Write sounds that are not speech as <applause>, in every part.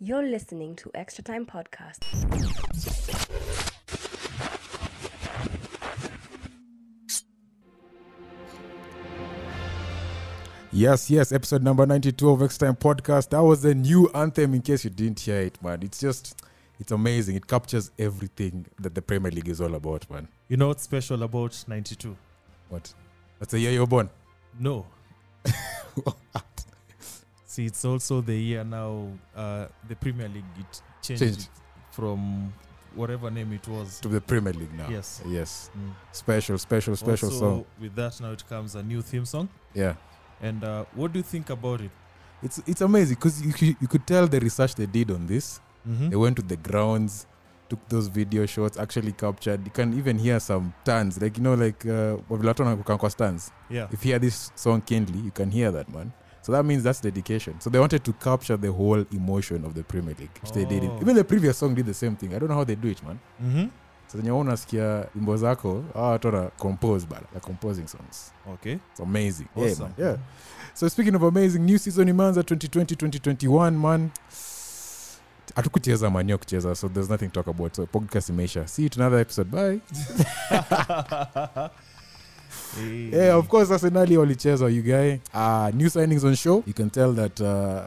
You're listening to Extra Time Podcast. Yes, yes, episode number 92 of X Time Podcast. That was the new anthem in case you didn't hear it, man. It's just, it's amazing. It captures everything that the Premier League is all about, man. You know what's special about 92? What? That's the year you're born. <laughs> No. See, it's also the year now uh, the Premier League it changed, Changed. from whatever name it was. to the Premier League now. Yes. Yes. Mm. Special, special, special also, song. With that, now it comes a new theme song. Yeah. And uh, what do you think about it? It's it's amazing because you, c- you could tell the research they did on this. Mm-hmm. They went to the grounds, took those video shots, actually captured. You can even hear some turns, like, you know, like, uh, Wavilatona Kukankwa stands. yeah. if you hear this song keenly, you can hear that man. So that means that's dedication. So they wanted to capture the whole emotion of the Premier League, which they did. it. Oh. Even the previous song did the same thing. I don't know how they do it, man. Mm-hmm. So then you want to skia wimbo zako, ah, watu wana compose, but they're composing songs. <laughs> Okay. It's amazing. Awesome. Yeah, man. yeah. So speaking of amazing, new season imeanza 2020-2021, man. hatukucheza manio kucheza so there's nothing to talk about so podcast imeisha see you to another episode bye yeah of course arsenali walicheza ugae uh, new signings on show you can tell that uh,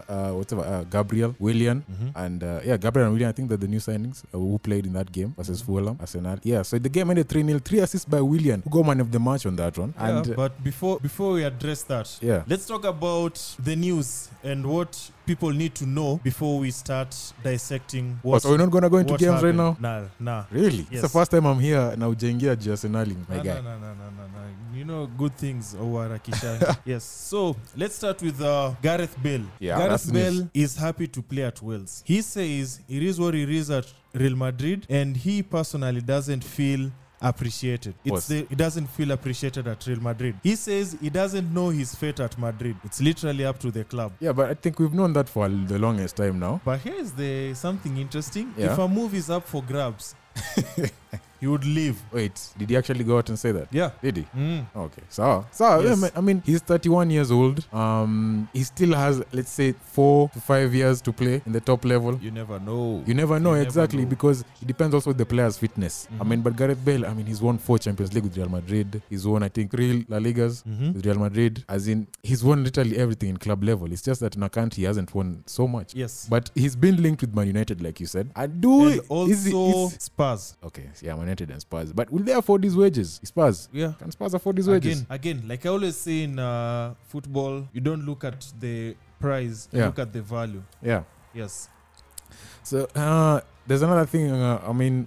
uh, whatever uh, gabriel william Mhm. and uh, yeah gabriel and william i think that the new signings uh, who played in that game versus fulham arsenal yeah so the game ended 3-0 3 assists by william who got man of the match on that one Yeah, and uh, but before before we address that, Yeah. let's talk about the news and what people need to know before we start dissecting oh, what. so we're not gonna go into what games right happened. now Nah, nah. really it's Yes. the first time i'm here na ujengia juu arsenali my No, guy no, no, no, no, no, no. You know, good things, Owara <laughs> Kishan. yes. So let's start with uh, Gareth Bale. Yeah, that's Gareth Bale news. is happy to play at Wales. He says it is what it is at Real Madrid, and he personally doesn't feel appreciated. What? It's the, he doesn't feel appreciated at Real Madrid. He says he doesn't know his fate at Madrid. It's literally up to the club. yeah but i think we've known that for a- the longest time now But here's the something interesting. Yeah. If a move is up for grabs, <laughs> he would leave. wait did he actually go out and say that Yeah. did he Mm. Okay, so so Yes. I, mean, I mean, he's 31 years old. Um, he still has let's say four to five years to play in the top level. You never know. You never know never exactly know. Mm-hmm. because it depends also the player's fitness. I mean, but Gareth Bale, I mean, he's won four Champions League with Real Madrid. He's won, I think, three La Ligas Mhm. with Real Madrid. As in, he's won literally everything in club level. It's just that in a country he hasn't won so much. Yes. But he's been linked with Man United, like you said. I do. and also is it- is- Spurs. okay, yeah, Man United and Spurs. But will they afford his wages? Spurs. Yeah. Can Spurs afford his wages? Again, again, like I always say in uh, football, you don't look at the price, you Yeah. look at the value. Yeah. Yes. So uh, there's another thing. Uh, I mean,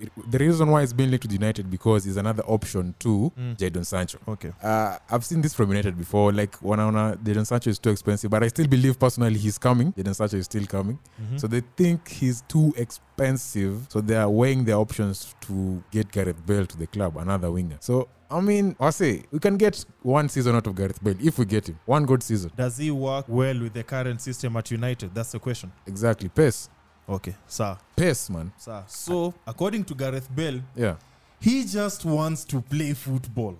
it, the reason why it's being linked with United because is another option to Mm. Jadon Sancho. Okay. Uh, I've seen this from United before. Like one hour, Jadon Sancho is too expensive, but I still believe personally he's coming. Jadon Sancho is still coming. Hmm. Mm-hmm. So they think he's too expensive. So they are weighing their options to get Gareth Bale to the club, another winger. So I mean, I say we can get one season out of Gareth Bale if we get him. One good season, Does he work well with the current system at United? That's the question. exactly. Pace, Okay. Sir. pace, man. Sir. So, according to Gareth Bell, Yeah. he just wants to play football.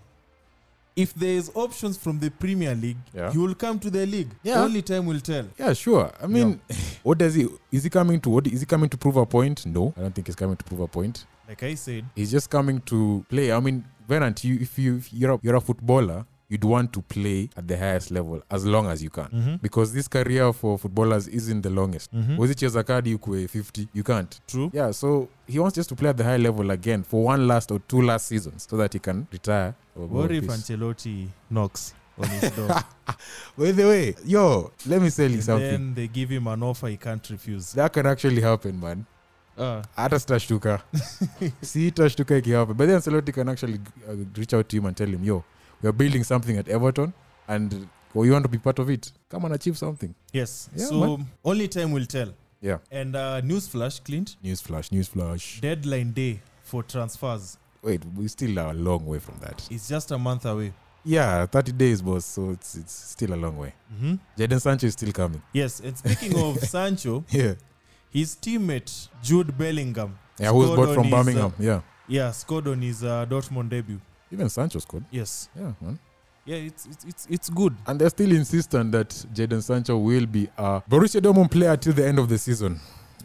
If there is options from the Premier League, Yeah. he will come to the league. Yeah. Only time will tell. Yeah, sure. I mean, <laughs> what does he? Is he coming to? What is he coming to prove a point? No, I don't think he's coming to prove a point. Like I said, He's just coming to play. I mean, Venant, you if you if you're a, you're a footballer, you'd want to play at the highest level as long as you can, Mm-hmm. because this career for footballers isn't the longest. Hmm? Was it Chezakadi Ukwe e fifty? You can't. true. Yeah, so he wants just to play at the high level again for one last or two last seasons so that he can retire. What if Peace. Ancelotti knocks? on his door. <laughs> By the way, yo, let me tell you and something. then they give him an offer he can't refuse. That can actually happen, man. Uh, hata sitashtuka <laughs> sitashtuka ikihapa but then Ancelotti can actually uh, reach out to him and tell him yo we are building something at everton and well, you want to be part of it come and achieve something yes. Yeah, so only time will tell. Yeah. And uh, newsflash, Clint. news flash news flash Deadline day for transfers wait we still are a long way from that is just a month away. yeah 30 days boss so it's, it's still a long way Mm-hmm. jaden sancho is still coming <laughs> Yes. And speaking of Sancho, yeah his teammate Jude Bellingham. yeah who was scored bought on from his, uh, birmingham yeah Yeah, scored on his uh, Dortmund debut. even sancho scored Yes. yeah man Yeah, it's it's it's, it's good. and they're still insistent that jaden sancho will be a borussia dortmund player till the end of the season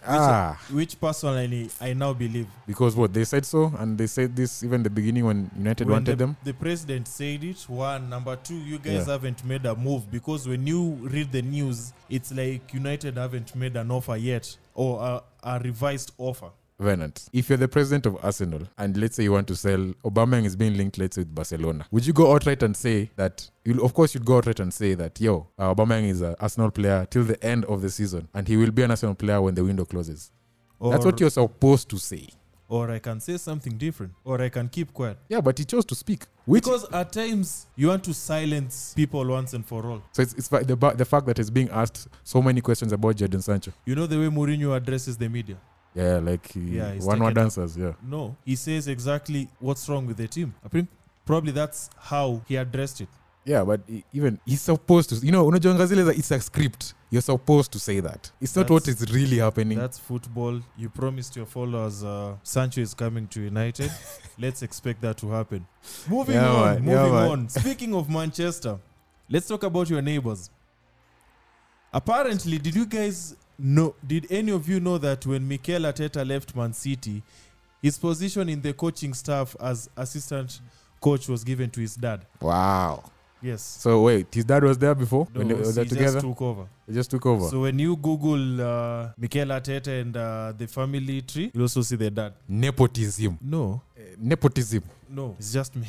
ah Which uh, personally I now believe because what they said so and they said this even the beginning when united When wanted the, them The president said it. One, number two, you guys Yeah. haven't made a move because when you read the news, it's like United haven't made an offer yet or a, a revised offer. venant if you're the president of arsenal and let's say you want to sell obama is being linked let's say with barcelona would you go outright and say that you'll of course you'd go outright and say that yo uh, obama is an arsenal player till the end of the season and he will be an arsenal player when the window closes Or, that's what you're supposed to say Or I can say something different, or I can keep quiet. yeah but he chose to speak which Because at times you want to silence people once and for all. so it's, it's fa- the, ba- the fact that he's being asked so many questions about Jadon Sancho. You know the way Mourinho addresses the media. Yeah, like Yeah, he's one word taken- answers. Yeah. No, he says exactly what's wrong with the team. I think probably that's how he addressed it. Yeah, but e- even he's supposed to. You know, unajua ngazile it's a script. You're supposed to say that. It's not what That's- is really happening. That's football. You promised your followers uh, Sancho is coming to <laughs> United. Let's expect that to happen. Moving Yeah, on, man. moving Yeah, man. on. Speaking of Manchester, let's talk about your neighbors. Apparently, did you guys know? Did any of you know that when Mikel Arteta left Man City, his position in the coaching staff as assistant coach was given to his dad? Wow. Yes. So wait, his dad was there before No, when they he were there just together. took over. they just took over. So when you Google uh, Mikel Arteta and uh, the family tree, you'll also see their dad. nepotism. No, Uh, nepotism. no, it's just me.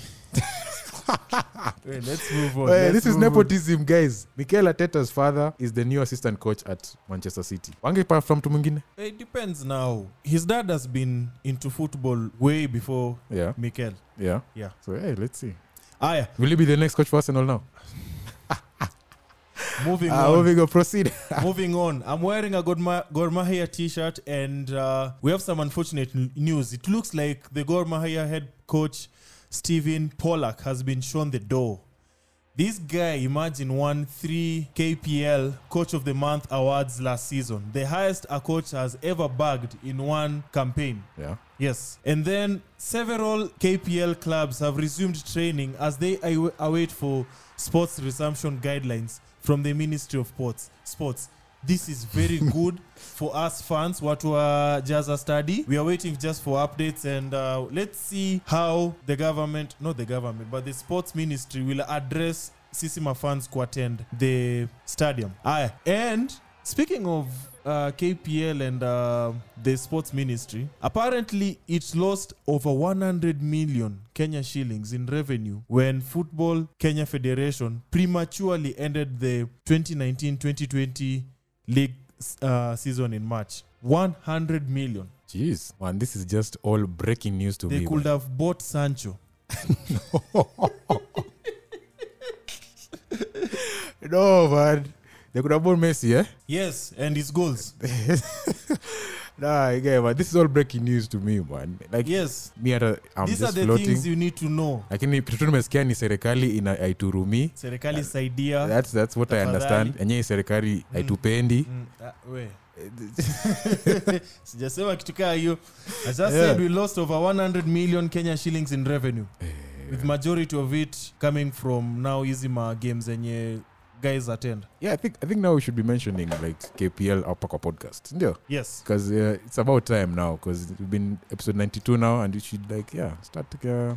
Wait, let's move on. Hey, Let's this is move on. nepotism, guys. Mikel Arteta's father is the new assistant coach at Manchester City. Wangepa from to mwingine? <laughs> It depends now. His dad has been into football way before Yeah, Mikel. yeah, Yeah. So hey, let's see. Ah, yeah. Will he be the next coach for Arsenal now? Moving Ah, on. Moving, moving on. <laughs> Proceed. on. I'm wearing a Gor Ma- Gor Mahia t-shirt and uh, we have some unfortunate n- news. It looks like the Gor Mahia head coach, Steven Pollack, has been shown the door. This guy, imagine, won three KPL Coach of the Month awards last season, the highest a coach has ever bagged in one campaign. yeah. Yes. And then several KPL clubs have resumed training as they aw- await for sports resumption guidelines from the Ministry of Ports. Sports. This is very good for us fans. What were just a study. We are waiting just for updates and uh, let's see how the government, not the government, but the sports ministry will address Sisima fans to attend the stadium. Aye. And Speaking of uh, KPL and uh, the sports ministry, apparently it lost over 100 million Kenya shillings in revenue when Football Kenya Federation prematurely ended the 2019 2020 league uh, season in March. 100 million. Jeez, man, this is just all breaking news to They me. could have bought Sancho. No, man. They could have bought Messi, eh? Yes, and his goals. Nah, yeah, but this is all breaking news to me, man. Like, Yes. me at a, I'm These are just the floating. things you need to know. lakini kitu tu nimesikia ni serikali ina aiturumii Serikali saidia. that's, that's what i Tafadhali. understand enyewe serikali Mm. haitupendi Eh, Mm, ah, we. <laughs> sijasema kitu kaa hiyo i just Yeah. said we lost over 100 million kenya shillings in revenue Eh. with majority of it coming from now hizi ma games zenye guys attend yeah I think, i think now we should be mentioning like kpl hapa kwa podcast ndio yes because uh, it's about time now because we've been episode 92 now and we should like yeah start uh,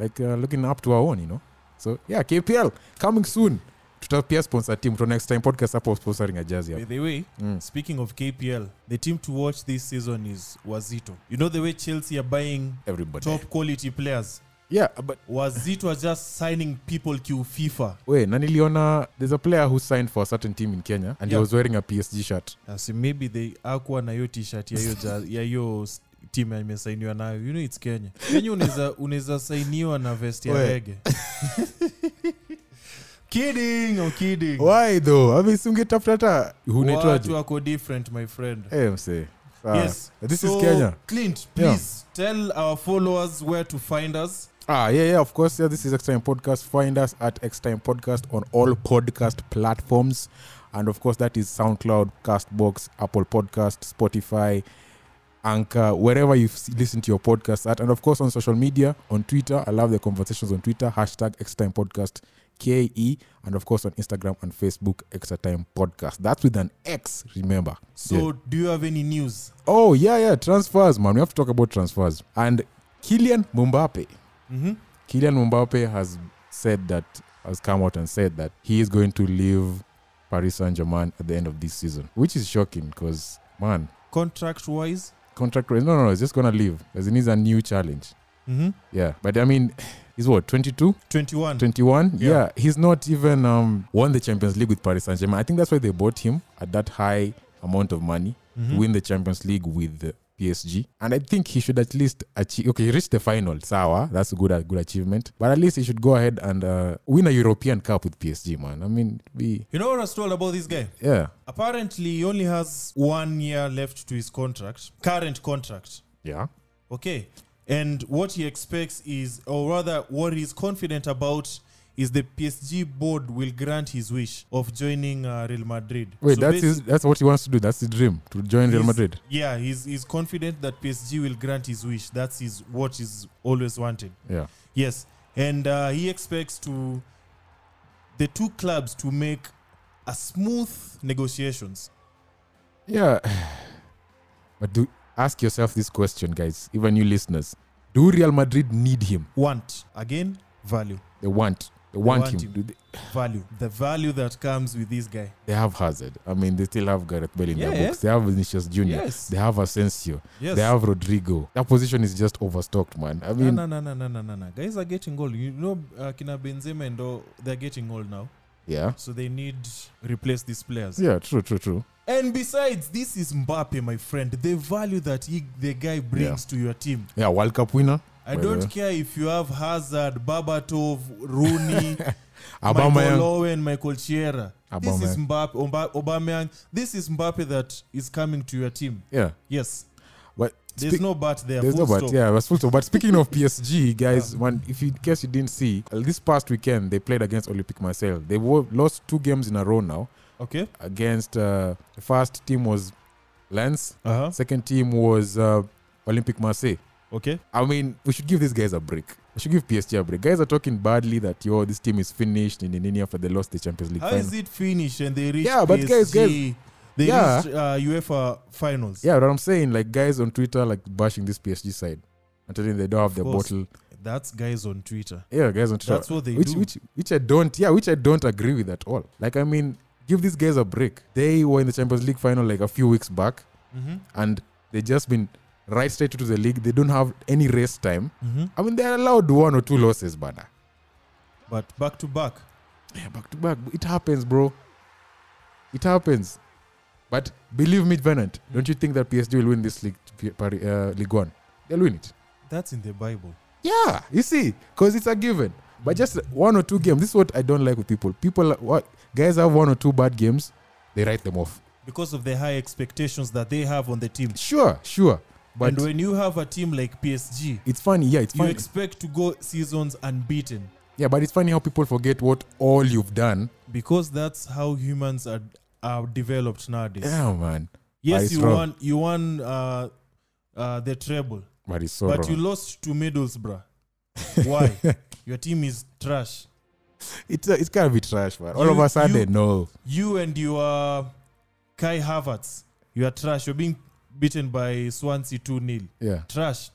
like uh, looking up to our own you know so yeah kpl coming soon tutapia sponsor team to next time podcast hapo sponsoring a jazz by hapo the way mm. speaking of kpl the team to watch this season is wazito you know the way chelsea are buying everybody top quality players yeah but wazitwa just signing people kiu fifa wait na niliona there's a player who signed for a certain team in kenya and Yeah. he was wearing a psg shirt Na si maybe they akuwa na hiyo t-shirt ya hiyo ja- ya hiyo s- timu imesainiwa nayo you know its kenya kenya unaweza unaweza sainiwa na vest ya We. rege <laughs> kidding I'm kidding why though avisungetafuta hata watu unaitwaje wako different my friend Eh, msee. Ah, yes this so, is kenya clint please tell our followers where to find us Ah, yeah, yeah, of course. Yeah, this is X Time Podcast. Find us at X Time Podcast on all podcast platforms. And of course, that is SoundCloud, Castbox, Apple Podcast, Spotify, Anchor, wherever you s- listen to your podcast at. And of course, on social media, on Twitter. I love the conversations on Twitter. Hashtag X Time Podcast, KE. And of course, on Instagram and Facebook, Extra Time Podcast. That's with an X, remember. so Yeah. do you have any news Oh, yeah, yeah, transfers, man. We have to talk about transfers. And Kylian Mbappe. mm-hmm. Kylian Mbappe has said that has come out and said that he is going to leave Paris Saint-Germain at the end of this season, which is shocking because man, contract wise contract no no no, he's just gonna leave because he needs a new challenge. mm-hmm. Yeah, but I mean, <sighs> he's what 22, 21 21. Yeah. Yeah, he's not even um, won the Champions League with Paris Saint-Germain. I think that's why they bought him at that high amount of money Mhm. to win the Champions League with uh, PSG. And I think he should at least achieve. Okay, he reached the final. Sawa, that's a good, a good achievement. But at least he should go ahead and uh, win a European Cup with PSG, man. I mean, be you know what i was told about this guy yeah, apparently he only has one year left to his contract current contract yeah, okay and what he expects is or rather what he's confident about is the psg board will grant his wish of joining uh, real madrid Wait, So that's basi- his, that's what he wants to do. That's the dream to join Real He's- Madrid. yeah he's, he's confident that psg will grant his wish that's his what he's always wanted Yeah, yes and uh, he expects to the two clubs to make a smooth negotiations yeah. <sighs> But do ask yourself this question, guys. Even you listeners, do Real Madrid need him? want again value They want. They want, want him. him. Do they, value the value that comes with this guy they have Hazard. I mean, they still have Gareth Bale in Yeah, their books. They have Vinicius Junior. Yes. They have Asensio. yes They have Rodrigo. That position is just overstocked, man. I mean, no, no, no, no, no, no, no. Guys are getting old. You know, uh, Kina Benzema and all, they're getting old now. yeah. So they need replace these players. Yeah, true, true, true. And besides, this is Mbappe, my friend. The value that he, the guy brings to your team. Yeah, World Cup winner. I By the don't way. care if you have Hazard, Babatov, <laughs> Rooney, Michael Aubameyang. Owen, Michael Chiera. This is Aubameyang. Mbappe, Oba- Aubameyang. This is Mbappe that is coming to your team. Yeah. Yes. But There's speak- no but there. There's full no but, stop. yeah, that's full stop. But speaking of <laughs> PSG, guys, man, if you, in case you didn't see, uh, this past weekend they played against Olympic Marseille. They wo- lost two games in a row now. Okay. Against uh, the first team was Lens, Uh-huh. second team was uh, Olympic Marseille. Okay. I mean, we should give these guys a break. We should give PSG a break. Guys are talking badly that yo, this team is finished in Nini after they lost the Champions League How final. is it finished and they reach Yeah, but PSG, guys, guys- they Yeah. reached uh, UEFA finals. Yeah, but I'm saying like guys on Twitter like bashing this PSG side and telling they don't have their course. bottle. That's guys on Twitter. Yeah, guys on Twitter. That's what they which, do. which which I don't yeah, which I don't agree with at all. Like I mean, give these guys a break. They were in the Champions League final like a few weeks back mm-hmm. and they just been right straight to the league. They don't have any race time. Mm-hmm. I mean they're allowed one or two losses, but But back to back. yeah, back to back. It happens, bro. It happens. But believe me, Venant, don't you think that PSG will win this league Paris, uh, League One? They'll win it. That's in the Bible. Yeah, you see, because it's a given. But just one or two games. This is what I don't like with people. People, what guys have one or two bad games, they write them off. Because of the high expectations that they have on the team. Sure, sure, but and when you have a team like PSG, it's funny. Yeah, it's you funny. expect to go seasons unbeaten. yeah, but it's funny how people forget what all you've done. Because that's how humans are are developed nowadays. Yeah, man. But Yes, it's you wrong. won you won uh, uh, the treble. But it's so but wrong. you lost to Middlesbrough. Why? Your team is trash. <laughs> it's uh, it's gotta be trash, man. All You- of a sudden, you- no. You and your Kai Havertz, you are trash. You're being beaten by Swansea 2 0. Yeah. Trash.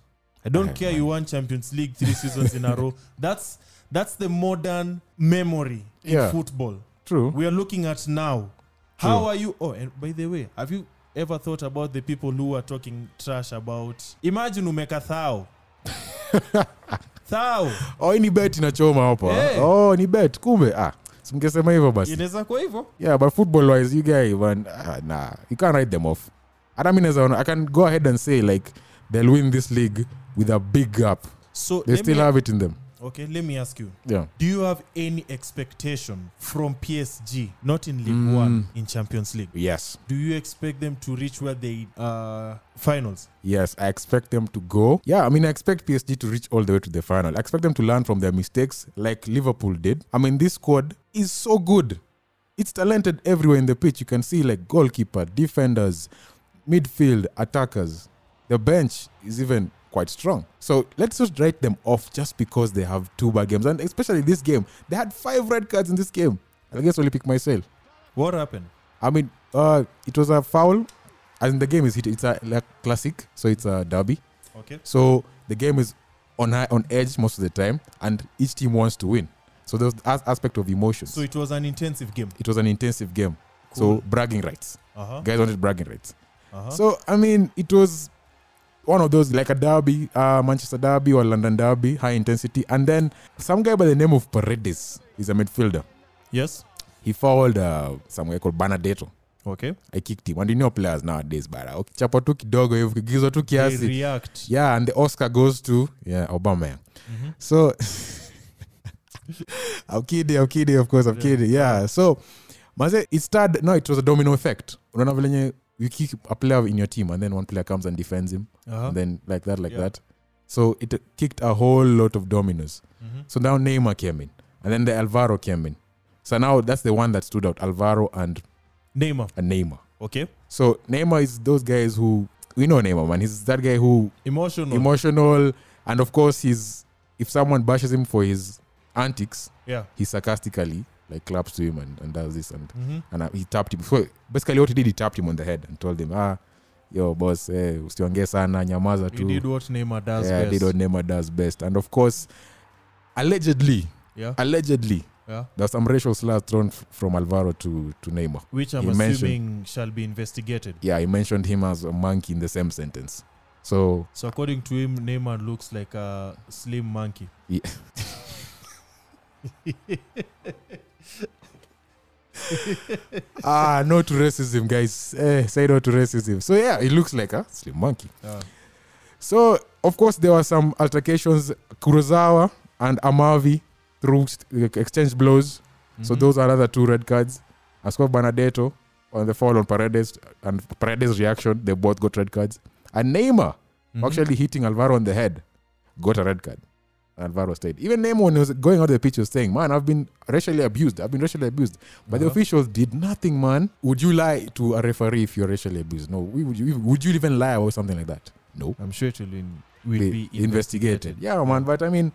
I don't Yeah, care man. you won Champions League three seasons in <laughs> a row. That's that's the modern memory in Yeah. football. True. We are looking at now. How True. are you? Oh, and by the way, have you ever thought about the <laughs> people who are talking trash about? Imagine umekathao. thao oh, hii ni bet inachoma hapa Eh. oh, ni bet kumbe ah, simngesema hivyo basi inaweza kuwa hivyo yeah but football wise you guy man ah, nah you can't write them off hata mi naweza ona- i can go ahead and say like they'll win this league with a big gap so they let still me, have it in them okay let me ask you yeah do you have any expectation from psg not in league Mm. one in champions league yes do you expect them to reach where they uh finals yes i expect them to go yeah i mean i expect psg to reach all the way to the final i expect them to learn from their mistakes like liverpool did i mean this squad is so good it's talented everywhere in the pitch you can see like goalkeeper defenders midfield attackers the bench is even quite strong so let's not write them off just because they have two bad games and especially this game they had five red cards in this game i guess only pick myself what happened I mean, uh, it was a foul, and the game is hit. It's a like, classic, so it's a derby. okay So the game is on high, on edge most of the time, and each team wants to win. So there's as- aspect of emotions. so it was an intensive game it was an intensive game. So Cool. bragging rights, uh-huh guys wanted bragging rights. uh-huh So I mean, it was one of those like a derby, uh, Manchester derby or London derby, high intensity, and then some guy by the name of Paredes is a midfielder. yes He fouled uh, some guy called Banadetto. okay i kicked him and you know players nowadays bara ukichapa tu kidogo hivi ukigizwa tu they kiasi react yeah and the oscar goes to yeah obama Mhm. so <laughs> i'm kidding i'm kidding of course i'm Yeah. kidding yeah so maze it started no it was a domino effect unaona vilenye you kick a player in your team and then one player comes and defends him uh-huh. and then like that like Yeah. that so it kicked a whole lot of dominoes Mhm. so now neymar came in and then the alvaro came in so now that's the one that stood out alvaro and, neymar and neymar okay so Neymar is those guys who we know Neymar man. He's that guy who emotional emotional and of course he's if someone bashes him for his antics, yeah he sarcastically like claps to him and, and does this and Mhm. and uh, he tapped him. So basically what he did he tapped him on the head and told him, ah, yo boss, eh, usiongee sana, nyamaza he tu. did what neymar does yeah, I best. did what Neymar does best. And of course, allegedly, yeah allegedly, yeah there's some racial slurs thrown f- from Alvaro to to Neymar. which i'm He assuming mentioned- shall be investigated Yeah, he mentioned him as a monkey in the same sentence. So so according to him neymar looks like a slim monkey Yeah. ah, no to racism, guys. Eh, say no to racism. So yeah, it looks like a slim monkey. Uh, So of course there were some altercations. Kurosawa and Amavi through exchange blows. So mhm. those are other two red cards. As well Banadetto on the fall on Paredes and Paredes' reaction, they both got red cards. And Neymar Mhm. actually hitting Alvaro on the head got a red card. Alvaro stayed. Even Neymar when he was going out of the pitch was saying, "Man, I've been racially abused. I've been racially abused." But the Uh-huh. officials did nothing, man. Would you lie to a referee if you're racially abused? No. We- Would you, would you even lie about something like that? No. I'm sure it will, in, will They be investigated. investigated. Yeah, man. But I mean,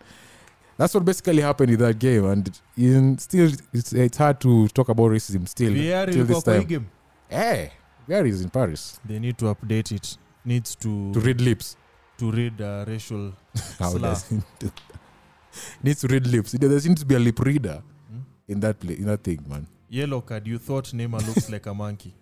that's what basically happened in that game. And in still, it's, it's hard to talk about racism still. VAR till ilikuwa this kwa hii time. game. Hey, where is in Paris? They need to update it. Needs to To read lips. to read uh, racial. How Slur. does it do that? <laughs> Needs to read lips. There there seems to be a lip reader Hmm? in that play, in that thing, man. Yellow card. You thought Neymar looks <laughs> like a monkey.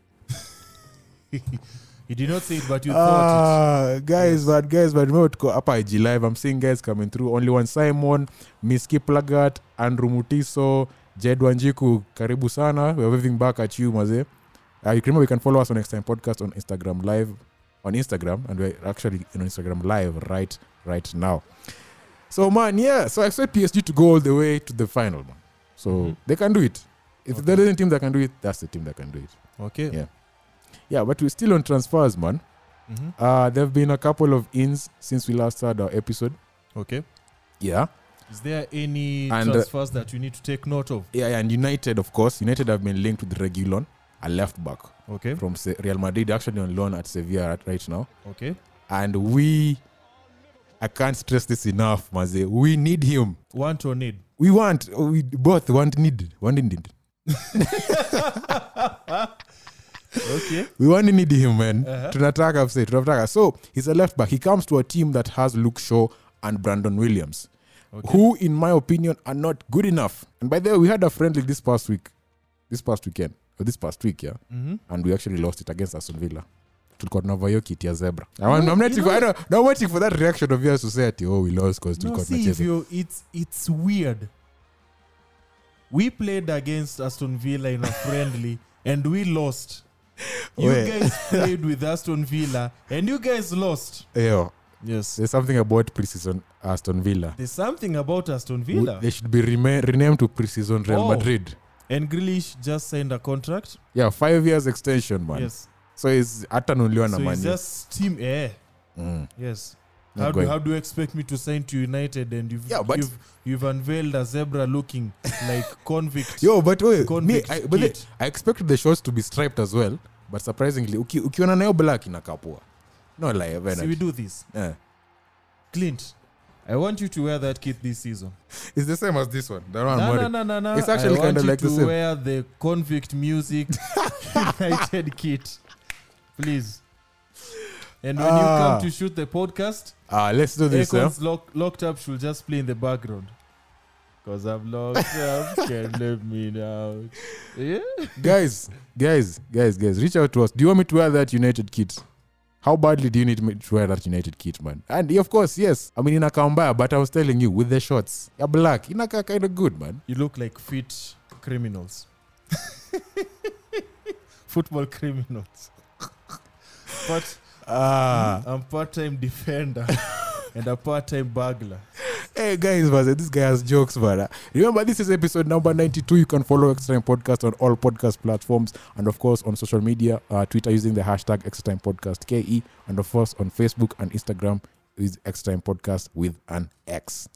<laughs> you did not say it, but you thought Ah, guys, but guys, but remember to go up IG Live. I'm seeing guys coming through. Only one Simon, Miski Plagat, Andrew Mutiso, Jed Wanjiku. Karibu sana. We're waving back at you, Maze. Uh, you can remember you can follow us on Next Time Podcast on Instagram Live, on Instagram, and we're actually on Instagram Live right right now. So man, yeah. So I expect PSG to go all the way to the final, man. So Mhm. they can do it. If Okay. there isn't a team that can do it, that's the team that can do it. it. Okay. Yeah. Yeah, but we're still on transfers, man. Mhm. Uh, there have been a couple of ins since we last had our episode. Okay. Yeah. Is there any And, uh, transfers that you need to take note of? Yeah, yeah, and United, of course. United have been linked with Regulon, a left back Okay. from Se- Real Madrid, actually on loan at Sevilla right, right now. Okay. And we, I can't stress this enough, Maze. We need him. Want or need? We want, we both want, need, want, need. Okay. <laughs> We want, need him, man. Uh-huh. Tunataka, I've said, tunataka. So he's a left back. He comes to a team that has Luke Shaw and Brandon Williams. Okay. who, in my opinion, are not good enough. And by the way, we had a friendly this past week, this past weekend, or this past week, yeah, Mhm. and we actually lost it against Aston Villa. tulikuwa tunavaa hiyo kiti ya zebra I want- I'm not you even- I know- don't- not waiting for that reaction of yours to say ati, oh, we lost 'cause No, tulikuwa see if tunacheza you, it's it's weird. We played against Aston Villa <laughs> in a friendly and we lost. You Wait. guys played with Aston Villa and you guys lost. Yo, Yes. there's something about pre-season aston villa There's something about Aston W- Villa. they should be rema- renamed to pre-season real Oh. madrid And Grealish just signed a contract. yeah five years extension man Yes. so is hatanuliwa na So he's mani just team eh? air. mm. Yes. Not How do, going. how do you expect me to sign to United and you've, Yeah, but- you've, you've unveiled a zebra <laughs> looking like convict? yo but wait, me, Convict I, but kid. the, I expected the shorts to be striped as well but surprisingly uki, ukiona nayo black inakapua no lie See, we Bernard. do this. Eh. Clint, I want you to wear that kit this season. it's the same as this one the one I'm No, no, worried. no, no, no. It's actually I want kinda you like the to same. wear the convict <laughs> music United kit, please. And when you Ah. come to shoot the podcast, ah let's do this eh? Akon's lock, locked up should just play in the background. Cause I'm locked up, can't let me down. Yeah. eh? guys guys guys guys reach out to us do you want me to wear that united kit how badly do you need me to wear that united kit man and of course yes i mean inakaa mbaya but i was telling you with the shorts ya black inakaa kind of good man You look like fit criminals. <laughs> Football criminals. But ah I'm part-time defender and a part-time burglar. Hey guys, man, this guy has jokes, man. Remember, this is episode number 92. You can follow Extra Time Podcast on all podcast platforms and, of course, on social media, uh, Twitter using the hashtag Extra Time Podcast E, KE, and, of course, on Facebook and Instagram is Extra Time Podcast with an X.